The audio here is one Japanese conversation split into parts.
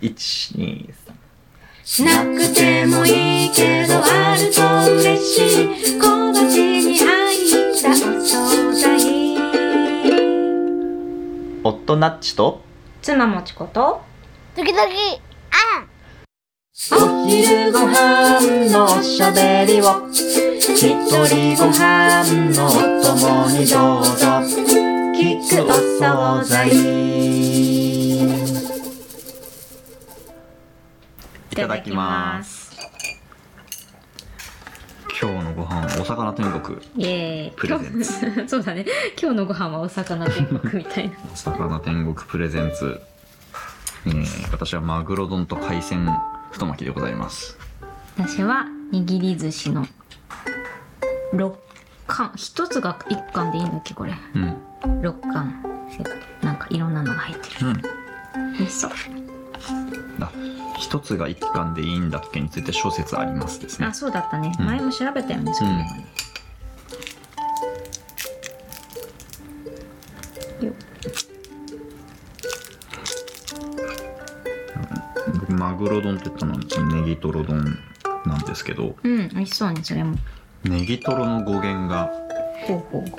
1、2、3。なくてもいいけどあると嬉しい小鉢に入ったお惣菜夫ナッチと、妻もちこと時々あんお昼ご飯のおしゃべりを一人ご飯のお供にどうぞ聞くお惣菜い。ただきます今日のご飯、お魚天国。イエーイプレゼンツ そうだね今日のご飯はお魚天国みたいなお魚天国プレゼンツ。えー、私はマグロ丼と海鮮太巻きでございます。 私は握り寿司の6貫一つが1貫でいいんだっけこれうん。う6巻セットなんかいろんなのが入ってるん。美味しそうだ。一つが一貫でいいんだっけについて諸説ありますですねあ。そうだったね、うん前も調べたよねそれね、僕、マグロ丼って言ったのに、ネギトロ丼なんですけど、うん、美味しそうねそれもネギトロの語源が、ほうほうほ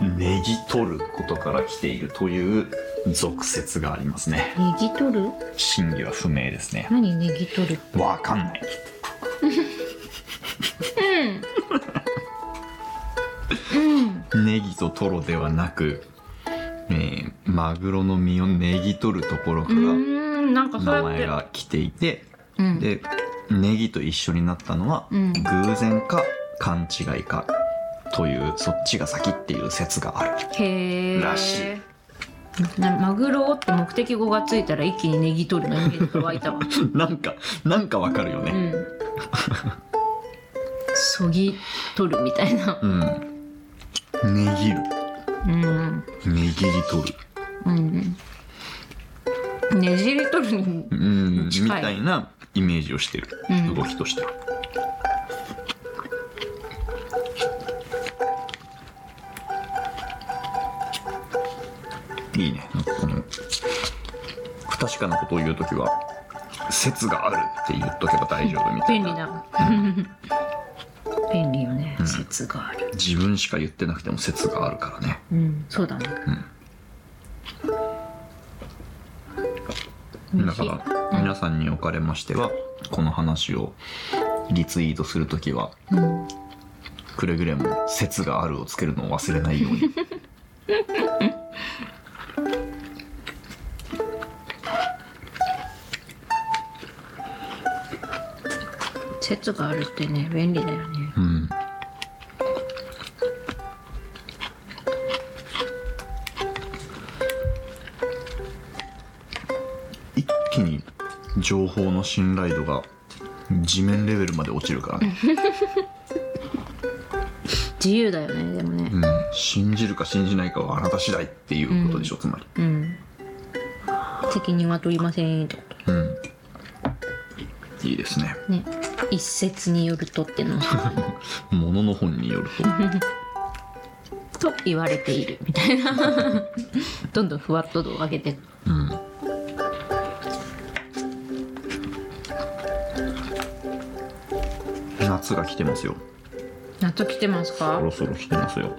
うねぎ取ることから来ているという俗説がありますねネギ取る真偽は不明ですね何ネギ取るわかんないうんネギとトロではなく、えーマグロの身をねぎ取るところうかーらんなんかそ名うやって前が来ていてうんでネギと一緒になったのはうん偶然か勘違いかというそっちが先っていう説がある へえらしいなマグロって目的語がついたら一気にネギ取るのイメージが湧い たわなんかなんかわかるようねんそぎ取るみたいなうん、ねぎるうんねぎり取るうんねじり取るにうん、近いみたいなイメージをしてる、うん動きとしてはうんいいねなんかこの不確かなことを言う時は説があるって言っとけば大丈夫みたい便な利な 便利よね、説がある自分しか言ってなくても説があるからねうんそうだねだから皆さんにおかれましてはこの話をリツイートするときはうんくれぐれも「説がある」をつけるのを忘れないよう に説があるってね便利だよねうん一気に情報の信頼度が地面レベルまで落ちるからね、自由だよねでもねうん、信じるか信じないかはあなた次第っていうことでしょ、つまりうん責任は取りませんってこうんいいですねとね一説によるとっ てのものの本によるとと言われているみた いなどんどんふわっと度を上げてうん夏が来てますよ夏来てますそかろそろ来てますよ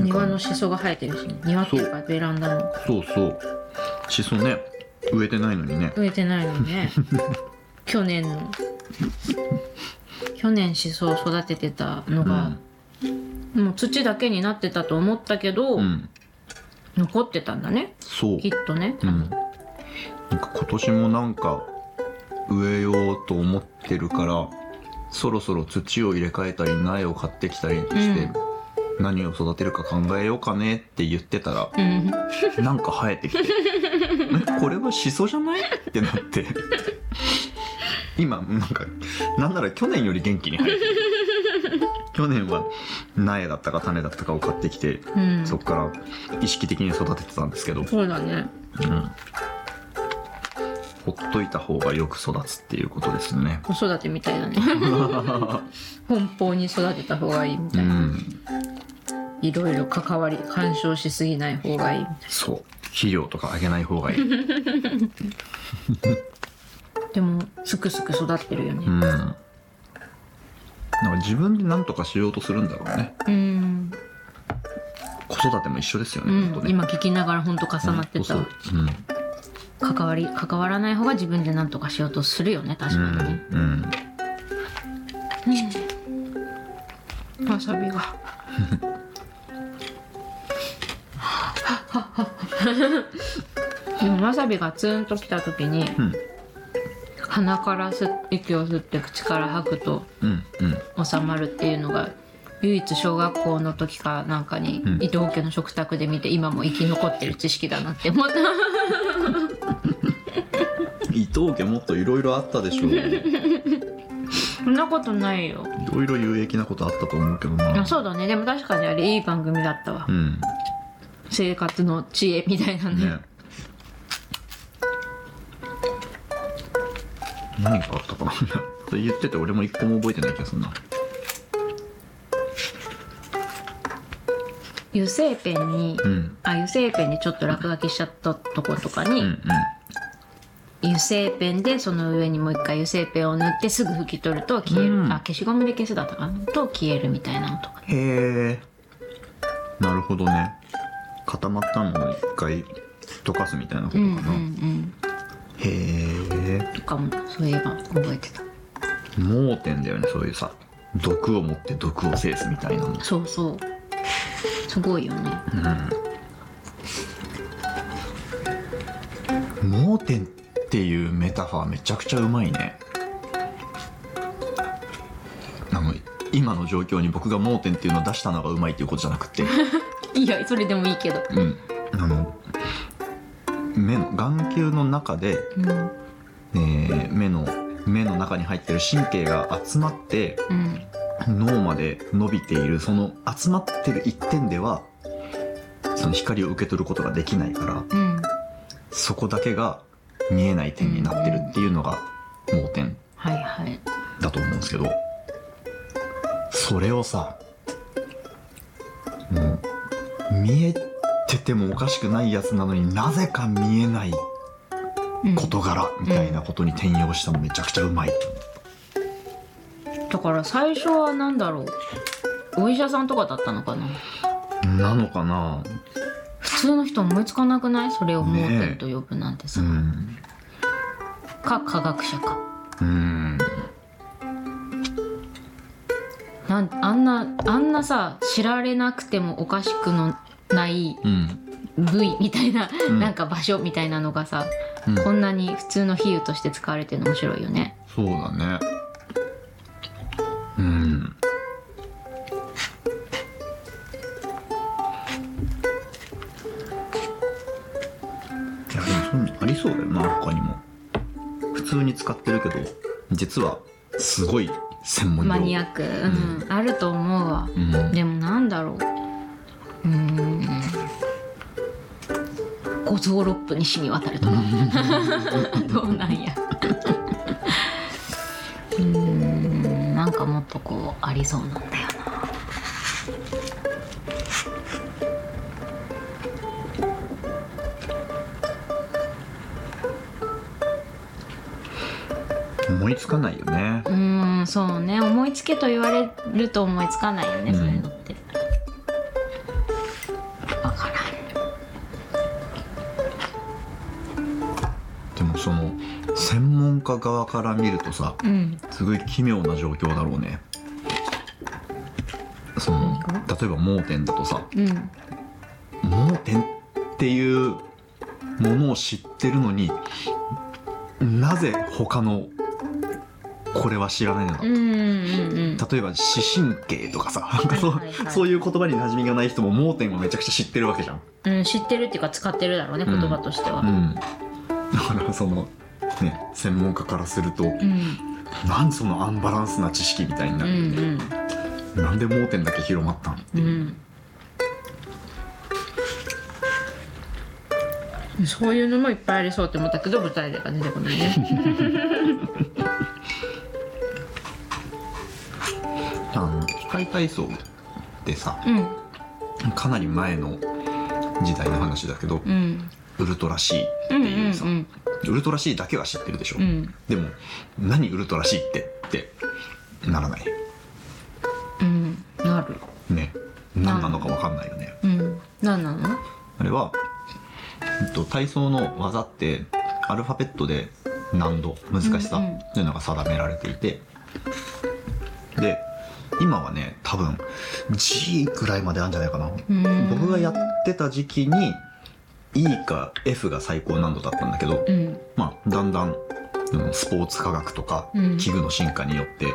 庭のしそが生えてるし、ね、庭っていうかベランダのそうそうしそね植えてないのにね植えてないの ね去年の去年シソを育ててたのうがん、、もう土だけになってたと思ったけど、うん、残ってたんだねそうきっとねうん、なんか今年もなんか植えようと思ってるからそろそろ土を入れ替えたり苗を買ってきたりして、うん何を育てるか考えようかねって言ってた らうんなんか生えてきてえこれはシソじゃないってなって今なんかなんなら去年より元気に生えて る去年は苗だったか種だったかを買ってきてうんそっから意識的に育ててたんですけど、うん、そうだねほっといた方がよく育つっていうことですね子育てみたいだね う奔放に育てた方がいいみたいな、んいろいろ関わり干渉しすぎない方がいいみたいそう肥料とかあげない方がいいでもすくすく育ってるようねんなんか自分で何とかしようとするんだろうねうん、子育ても一緒ですようね、んほんとね今聞きながらほんと重なってた、うんそううん関わり関わらない方が自分で何とかしようとするよね確かにね、うんわさびが。でもわさびがツーンときた時に、ん鼻から吸っ息を吸って口から吐くとうんうん収まるっていうのが唯一小学校の時かなんかにうん伊藤家の食卓で見て今も生き残ってる知識だなって思った伊藤家もっといろいろあったでしょういそんなことないよろいろ有益なことあったと思うけどなあそうだねでも確かにあれいい番組だったわ、うん生活の知恵みたいなねね何があったかなそれ言ってて俺も一個も覚えてない気がするな油性ペンに、うんあ油性ペンでちょっと落書きしちゃったとことかうに、んうん油性ペンでその上にもう一回油性ペンを塗ってすぐ拭き取ると消える、うんあ消しゴムで消すだったかなと消えるみたいなのとかへえなるほどね固まったのを一回溶かすみたいなことうかんな、うんうんへえとかもそういえば覚えてた盲点だよねそういうさ毒を持って毒を制すみたいなのそうそうすごいよね盲点っていうメタファーめちゃくちゃうまいねあの今の状況に僕が盲点っていうのを出したのがうまいっていうことじゃなくていやそれでもいいけどうんあの目の眼球の中で、うんえー目の目の中に入ってる神経が集まってうん脳まで伸びているその集まってる一点ではその光を受け取ることができないからうんそこだけが見えない点になってるっていうのが盲点はいはいだと思うんですけどそれをさもう見えててもおかしくないやつなのになぜか見えないうん事柄みたいなことに転用したのめちゃくちゃうまいだから最初は何だろうお医者さんとかだったのかななのかな普通の人思いつかなくないそれを盲点と呼ぶなんてうさ、んか科学者かうんなんあんなあんなさ知られなくてもおかしくのないうん部位み たいな、んなんか場所みたいなのがうさ、んこんなに普通の比喩として使われてるの面白いよねそうだねうんいやでもそういうのありそうだよな他にも普通に使ってるけど実はすごい専門用マニアック、うんあると思うわ、うんでもなんだろううーん五臓六腑に染み渡 るとかどうなんやうーんなんかもっとこうありそうなんだよ思いつかないよねうーんそうね思いつけと言われると思いつかないよね、うんそういうのってわからでもその専門家側から見るとさんうんすごい奇妙な状況だろうねその例えば盲点だとさうん盲点っていうものを知ってるのになぜ他のこれは知らないのか、うんうんうん例えば視神経とかさなんかそう,、はいはいはいそういう言葉に馴染みがない人も盲点をめちゃくちゃ知ってるわけじゃん。うん、知ってるっていうか使ってるだろうね言葉としてはうん、だからそのね専門家からすると、うんなんそのアンバランスな知識みたいになうんうる、んなんで盲点だけ広まったんうん、そういうのもいっぱいありそうって思ったけど舞台では出てこないねあの機械体操でさうんかなり前の時代の話だけど、うんウルトラ C ってうんうんいうさ、うんウルトラ C だけは知ってるでしょ、うんでも何ウルトラ C ってってならないうんなるね何なのか分かんないよねうん何なのあれは、えっと、体操の技ってアルファベットで難度難しさうんうんというのが定められていてで今はね多分 G くらいまであるんじゃないかなうん僕がやってた時期に E か F が最高難度だったんだけどうんまあだんだんそのスポーツ科学とかうん器具の進化によって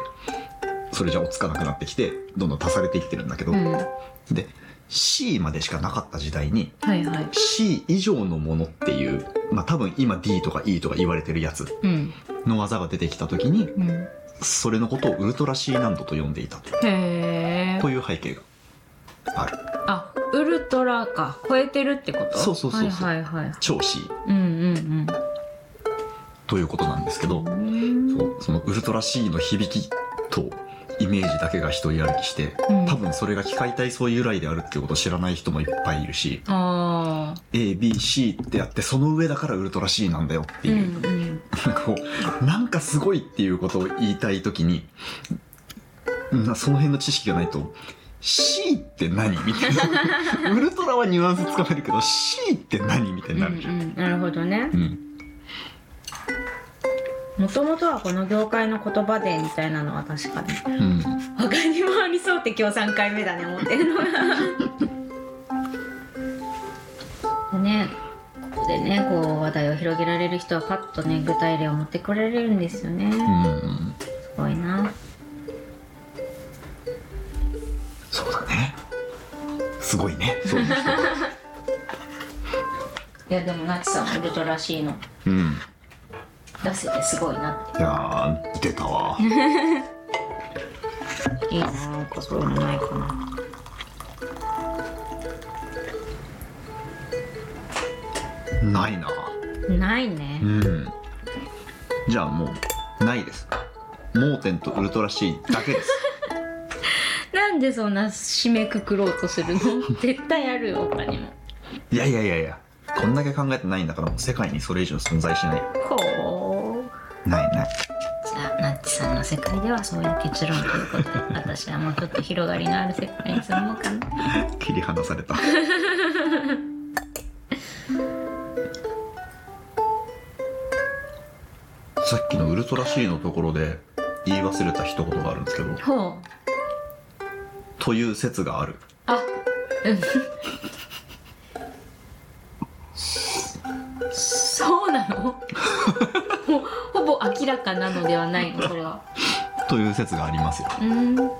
それじゃ落ち着かなくなってきてどんどん足されていってるんだけど、うんで C までしかなかった時代にはいはい C 以上のものっていう、まあ、多分今 D とか E とか言われてるやつうんの技が出てきた時にうんそれのことをウルトラ C 難度と呼んでいたへえという背景があるあウルトラか超えてるってことそうそうそうそうはいはいはい超 C うんということなんですけどうんうんそうそのウルトラ C の響きとイメージだけが一人歩きしてうん多分それが機械体操由来であるっていうことを知らない人もいっぱいいるしあ ABC ってやってその上だからウルトラ C なんだよってーういう、んうんこうなんかすごいっていうことを言いたい時になその辺の知識がないと C って何みたい なウルトラはニュアンスつかめるけど C って何みたいになるじゃん、うんうんなるほどねうんもともとはこの業界の言葉でみたいなのは確かにうん他にもありそうって今日3回目だね思って るのがねここでねこう話題を広げられる人はパッとね具体例を持ってこられるんですよねうん、すごいなそうだねすごいねそうですいやでもなちさんウルトラシーのうん出せてすごいなっいやー出たわていいななんかそういうのないかなないなないねうんじゃあもうないです盲点とウルトラ C だけですなんでそんな締めくくろうとする の絶対あるよ他にも いやいやいやいやこんだけ考えてないんだからもう世界にそれ以上存在しないこうないないじゃあナッチさんの世界ではそういう結論ということで私はもうちょっと広がりのある世界に住もうかな切り離さ れたさっきのウルトラ C のところで言い忘れた一言があるんですけどほうという説があるあうんそうなの ほほぼ明らかなのではないのそれはという説がありますようん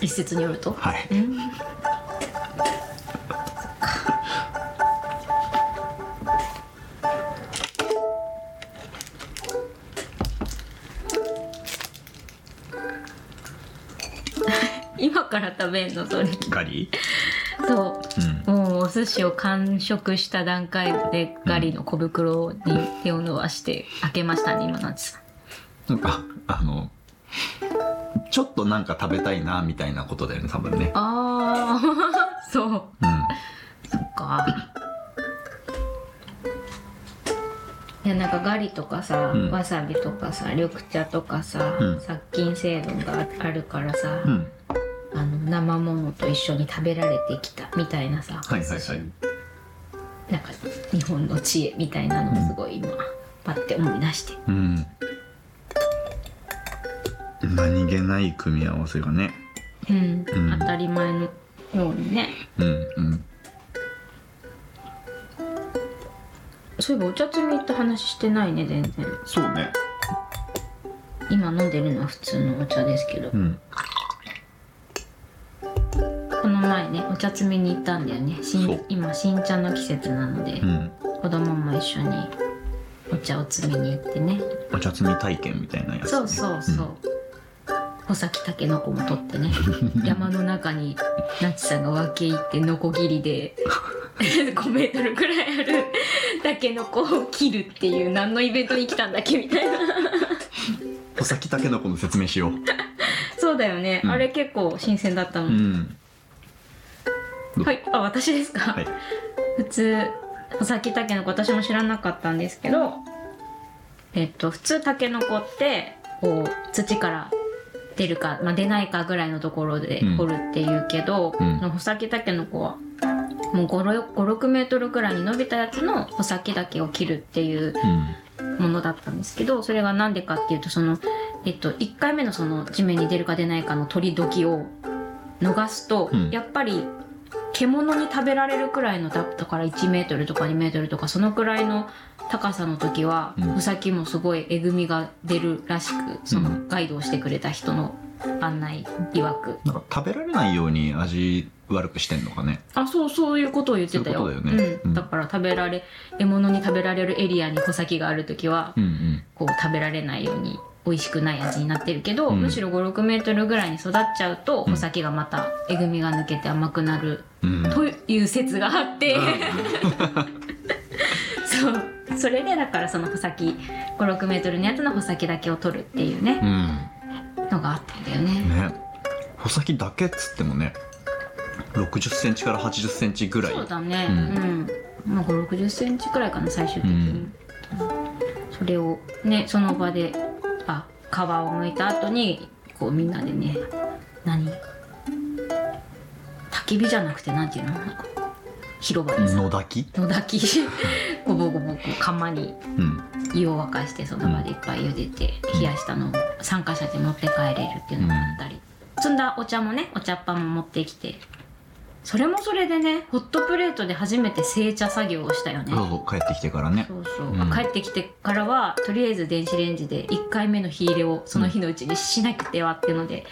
一説によるとはいうん今から食べんのそれガリそううんもうお寿司を完食した段階でガリの小袋に手を伸ばして開けましたね今のやつなんかあのちょっとなんか食べたいなみたいなことだよね多分ねああ そううんそっかいやなんかガリとかさ、うんわさびとかさ緑茶とかさ、うん殺菌成分がああるからさ、うんあの生ものと一緒に食べられてきたみたいなさ、はいはいはいなんか日本の知恵みたいなのをすごい今、パッて思い出してうん何気ない組み合わせがねうん、うん当たり前のようにねうんうんそういえばお茶摘みって話してないね全然そうね今飲んでるのは普通のお茶ですけど、うんこの前ねお茶摘みに行ったんだよね新そう今新茶の季節なので、うん子供も一緒にお茶を摘みに行ってねお茶摘み体験みたいなやつ、ね、そうそうそう、穂先たけのこも取ってね山の中になちさんが分け入ってノコギリで5メートルくらいあるたけのこを切るっていう何のイベントに来たんだっけみたいな穂先たけのこの説明しようそうだよね、うんあれ結構新鮮だったの、うんはいあ私ですか、はい普通穂先たけのこ私も知らなかったんですけどえっと普通たけのこってこう土から出るか、まあ、出ないかぐらいのところでうん掘るっていうけど、うんの穂先たけのこはもう56メートルぐらいに伸びたやつの穂先だけを切るっていううんものだったんですけどそれが何でかっていうとその、えっと、1回目のその地面に出るか出ないかの取り時を逃すと、うんやっぱり獣に食べられるくらいのだだから1メートルとか2メートルとかそのくらいの高さの時は、うんウサギもすごいえぐみが出るらしくそうのガイドをしてくれた人の案内曰くなんか食べられないように味悪くしてんのかねあそうそういうことを言ってたよそういうことだよねう、うんんだから食べられ獲物に食べられるエリアに穂先がある時はうんうんこう食べられないように美味しくない味になってるけど、うんむしろ5 6メートルぐらいに育っちゃうとん穂先がまたえぐみが抜けて甘くなるうんという説があって、 そうそれでだからその穂先5 6メートルのやつの穂先だけを取るっていうねう、んのがあったんだよね。ね穂先だけっつってもね6 0ンチから8 0ンチぐらいそうだね、ううんまあ5 6 0センチくらいかな最終的に、うんそれをねその場であ皮を剥いた後にこうみんなでね何焚き火じゃなくてなんていうの広場でさ野炊き、野炊 きごぼごぼこう釜にうん、湯を沸かしてその場でいっぱい茹でてうん冷やしたのを参加者で持って帰れるっていうのがあったり、積んだお茶もねお茶っ葉も持ってきてそれもそれでねホットプレートで初めて製茶作業をしたよねそう帰ってきてからねそうそう、うん帰ってきてからはとりあえず電子レンジで1回目の火入れをその日のうちにしなくてはってので、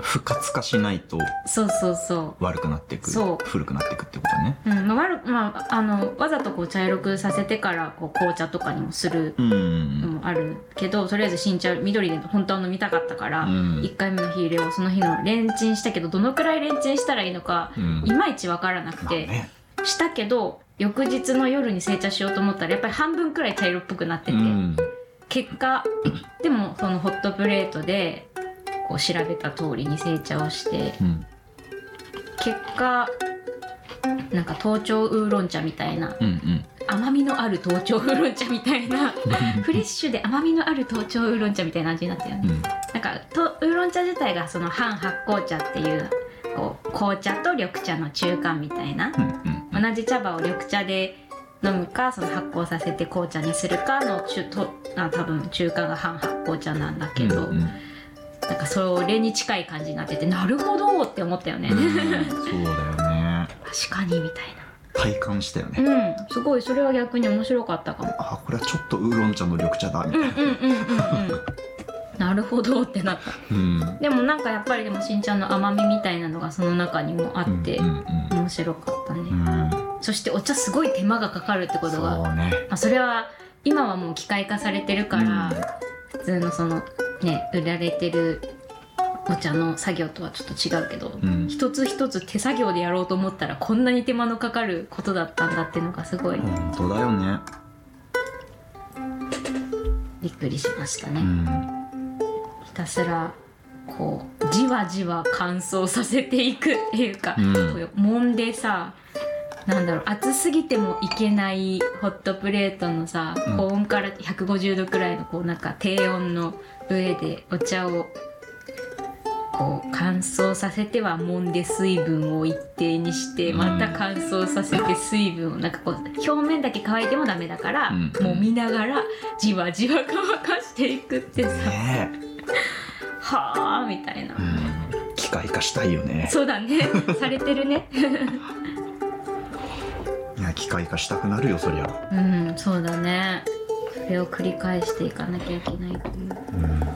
不活化しないとそうそうそ悪くなっていくそう古くなっていくってことねう、うんまあ悪くまあ、あのわざとこう茶色くさせてからこう紅茶とかにもするうんのもあるけど、とりあえず新茶緑で本当は飲みたかったから、うん1回目の火入れをその日のレンチンしたけどどのくらいレンチンしたらいいのか、うんいまいちわからなくまあて、ねしたけど翌日の夜に製茶しようと思ったらやっぱり半分くらい茶色っぽくなってて。うん結果でもそのホットプレートでこう調べた通りに成茶をしてうん結果なんか頭頂ウーロン茶みたいなうんうん甘みのある頭頂ウーロン茶みたいなフレッシュで甘みのある頭頂ウーロン茶みたいな味になったようねんなんかとウーロン茶自体がその半発酵茶っていうこう紅茶と緑茶の中間みたいなうんうん同じ茶葉を緑茶で飲むかその発酵させて紅茶にするかの中とあ多分中間が半発酵茶なんだけど、うんうんなんかそれに近い感じになっててなるほどって思ったよね、うんそうだよね確かにみたい体感したよね、なうんすごいそれは逆に面白かったかもあこれはちょっとウーロン茶の緑茶だみたういんうんなうんうんうんなるほどってなったうんでもなんかやっぱりでもしんちゃんの甘みみたいなのがその中にもあうんって、うんうん面白かったね、うんそしてお茶すごい手間がかかるってことがそうねまあ、それは今はもう機械化されてるから、普通のそのね売られてるお茶の作業とはちょっと違うけど、うん一つ一つ手作業でやろうと思ったらこんなに手間のかかることだったんだっていうのがすごい本当だよねびっくりしましたね、うんひたすらこうじわじわ乾燥させていくっていうか、うんこう揉んでさなんだろう熱すぎてもいけないホットプレートのさ、うん高温から150度くらいのこうなんか低温の上でお茶をこう乾燥させては揉んで水分を一定にしてうんまた乾燥させて水分をなんかこう表面だけ乾いてもダメだから、うん揉みながらじわじわ乾かしていくってさ、ねはあみたいな、え、うん、機械化したいよねそうだね されてるねいや機械化したくなるよそりゃうんそうだねそれを繰り返していかなきゃいけないっていう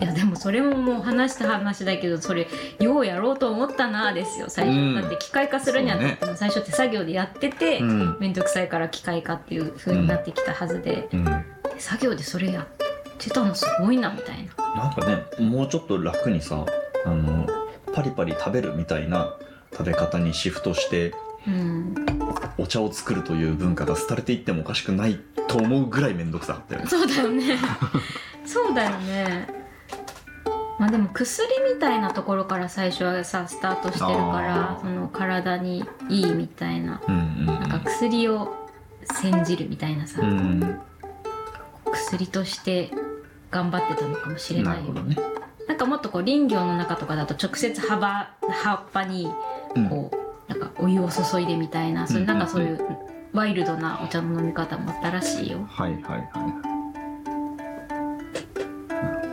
いやでもそれももう話した話だけどそれようやろうと思ったなですよ最初、うんだって機械化するにあたっても最初手作業でやっててう面ん倒、くさいから機械化っていう風になってきたはずで、うんなん手作業でそれやってたのすごいなみたいなかねもうちょっと楽にさあのパリパリ食べるみたいな食べ方にシフトしてうんお茶を作るという文化が廃れていってもおかしくないと思うぐらい面倒くさかったよねそうだよねそうだよねまあでも薬みたいなところから最初はさスタートしてるからあーその体にいいみたいなうんうんうんなんか薬を煎じるみたいなさ、うん薬として頑張ってたのかもしれななるいほよどねなんかもっとこう林業の中とかだと直接葉ば葉っぱにうんこう、なんかお湯を注いでみたいな、そういううんうんなうんんかそういうワイルドなお茶の飲み方もあったらしいよ。はいはい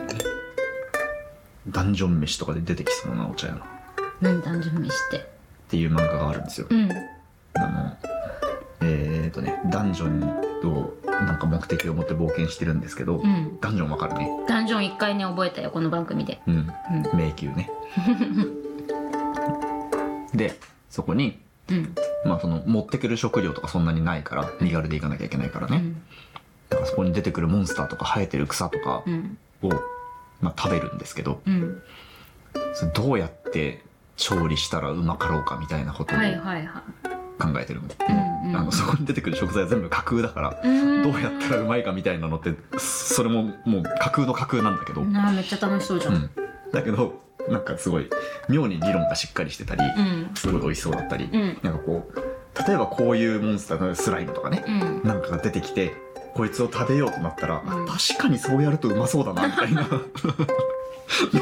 はいダンジョン飯とかで出てきそうなお茶やなっ何段準備して。ていう漫画があるんですようん。あのえっ、ー、とねダンジョンとなんか目的を持って冒険してるんですけど、うん。ダンジョンわかるねダンジョン一回ね覚えたよこの番組で。うんうん。迷宮 ねでそこにうん。まあその持ってくる食料とかそんなにないから身軽で行かなきゃいけないからうね、ん。だからそこに出てくるモンスターとか生えてる草とかうん。を、まあ、食べるんですけどうん。それどうやって調理したらうまかろうかみたいなことをはいはいはい。考えてるの,、うんうんあのそこに出てくる食材は全部架空だから、うんどうやったらうまいかみたいなのってそれももう架空の架空なんだけど、なあめっちゃ楽しそうじゃ。うんんだけどなんかすごい妙に議論がしっかりしてたり、うん。すごい美味しそうだったり、うんなんかこう例えばこういうモンスターのスライムとかね、うん。なんかが出てきてこいつを食べようとなったら、あうん確かにそうやるとうまそうだなみた いな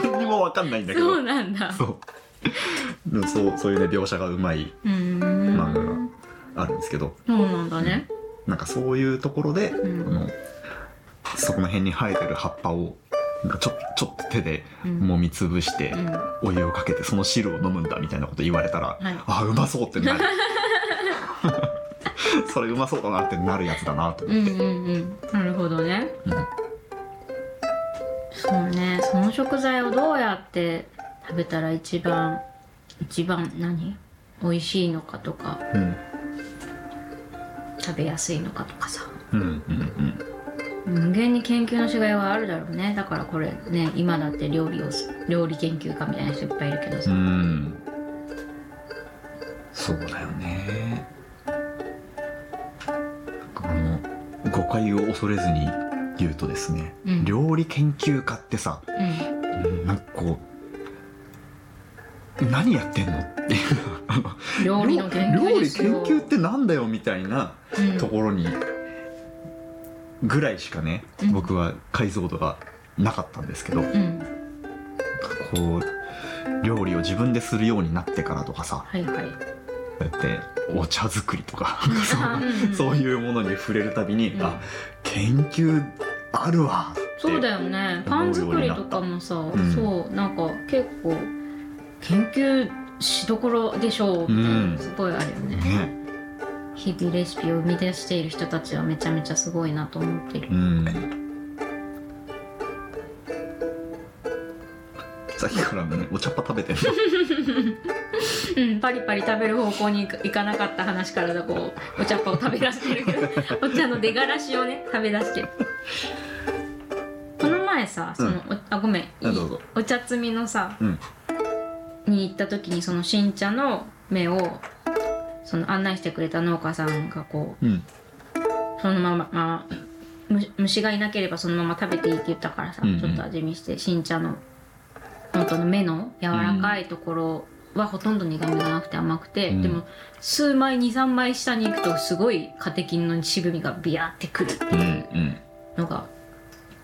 何にも分かんないんだけそどうなんだ。そうでもそうそういうね描写がうまいう漫画がん。あるんですけど、そうなんだね。なんかそういうところで、うんこのそこの辺に生えてる葉っぱをなんかちょちょっと手でうん揉みつぶして、うん。はお湯をかけてその汁を飲むんだみたいなこと言われたら、いあうまそうってなる それうまそうだなってなるやつだなとう思っんて、うんうん。なるほどね。うんそうね。その食材をどうやって食べたら一番一番何美味しいのかとかうん食べやすいのかとかさ。うんうん無限に研究の違いはあるだろうねだからこれね今だって料理をす料理研究家みたいな人いっぱいいるけどうさ、んそうだよねなんかあの誤解を恐れずに言うとですね、うん料理研究家ってさうん、うんなんかこう何やってんのっていうあの料理の研究料で理す研よ究ってなんだよみたいなうんところにぐらいしかね、うん僕は解像度がなかったんですけど、こうんう料理を自分でするようになってからとかさはいはいこうやってお茶作りとかあうんそういうものに触れるたびに、うんあ研究あるわってそうだよねパン作りとかもさ、んそうなんか結構研究しどころでしょうみたいなのすごいあるよね、ね日々レシピを生み出している人たちはめちゃめちゃすごいなと思ってるうんさっきからねお茶っ葉食べてるうん、パリパリ食べる方向に行か行かなかった話からだこうお茶っ葉を食べ出してる けどお茶の出がらしをね食べ出してるこの前さその、おあごめんあどうぞお茶摘みのさうんに行った時にその新茶の芽をその案内してくれた農家さんがこうんうそのまま、まあむ虫がいなければそのまま食べていいって言ったからさ、うんうんちょっと味見して新茶の本当の芽の柔らかいところはほとんど苦みがなくて甘くて、うんでも数枚23枚下に行くとすごいカテキンの渋みがビヤーってくるってういうんのが、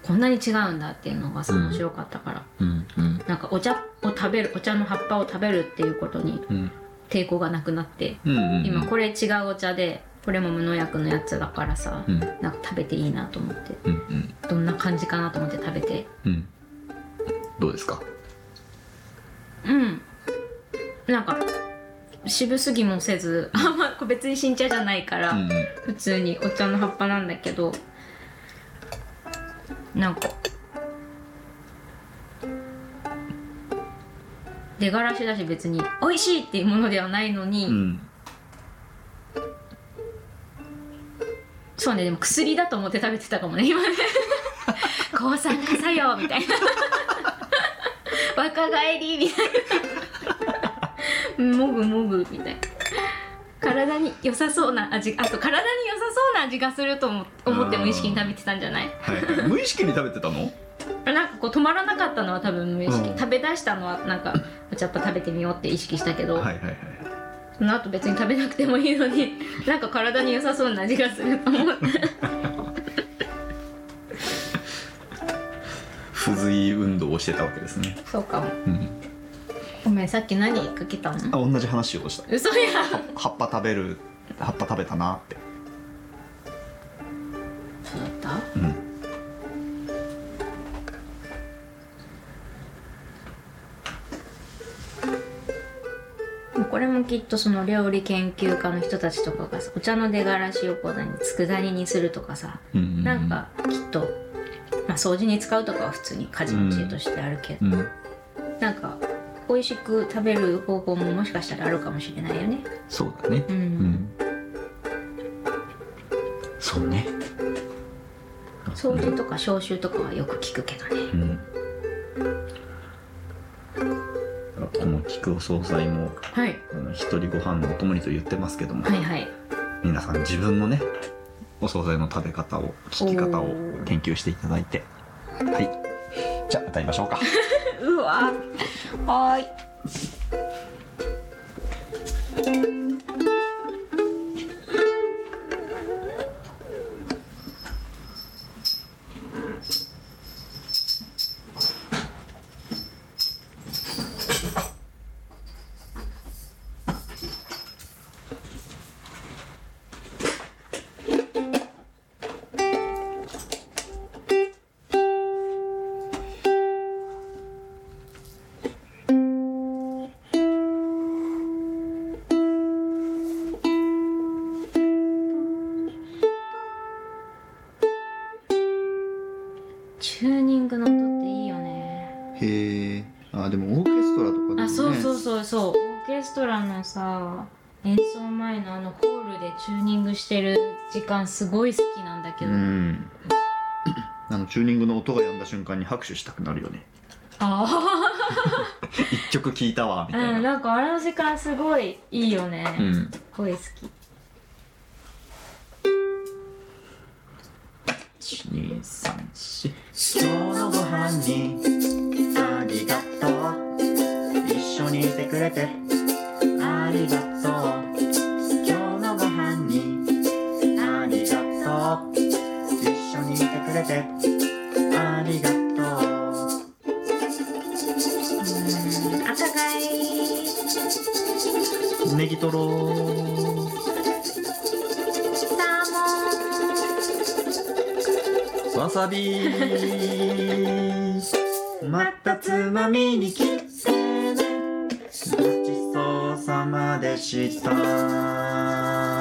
こんなに違うんだっていうのがさうん面白かったから、うんうんなんかお茶を食べるお茶の葉っぱを食べるっていうことにうん抵抗がなくなって、うんうんうん今これ違うお茶でこれも無農薬のやつだからさ、うんなんか食べていいなと思ってうんうんどんな感じかなと思って食べてうんどうですかうんなんか渋すぎもせずあんまこれ別に新茶じゃないから、うんうん普通にお茶の葉っぱなんだけどなんか出がらしだし別に美味しいっていうものではないのに、うんそうねでも薬だと思って食べてたかもね今 ね抗酸化作用みたいな若返りみたいなもぐもぐみたいな体に良さそうな味あと体に良さそうな味がすると思思って無意識に食べてたんじゃないはいはい無意識に食べてたのなんかこう止まらなかったのは多分無意識、うん食べ出したのはなんかちょっと食べてみようって意識したけど、はいはいはいその後別に食べなくてもいいのになんか体に良さそうな味がすると思って不随運動をしてたわけですね、そうかもうん、ごめんさっき何かけたのあ同じ話をした嘘やん葉っぱ食べる葉っぱ食べたなってそうだったうんもうこれもきっとその料理研究家の人たちとかがさお茶の出がらしをこう何佃煮にするとかさうんうんうんなんかきっと、まあ、掃除に使うとかは普通に家事の知恵としてあるけうど、んなんか美味しく食べる方法ももしかしたらあるかもしれないよねそうだねう、うんんそうね掃除とか消臭とかはよく聞くけどねうんこの菊お惣菜もはいあの一人ご飯のお供にと言ってますけども、はいはい皆さん自分のねお惣菜の食べ方を聞き方を研究していただいてはいじゃあ歌いましょうかうわはーいチューニングの音っていいよねへえあでもオーケストラとかでもねあそうそうそうそうオーケストラのさ演奏前のあのホールでチューニングしてる時間すごい好きなんだけうど、んあのチューニングの音が止んだ瞬間に拍手したくなるよねああ一曲聴いたわみたういん、ななんかあれの時間すごいいいよね、うすんごい好今日の1234ご飯にありがとう一緒にいてくれてありがとう今日のご飯にありがとう一緒にいてくれてありがとうきうん赤貝ネギトロサーわさびまたつまみに来てねごちそうさまでした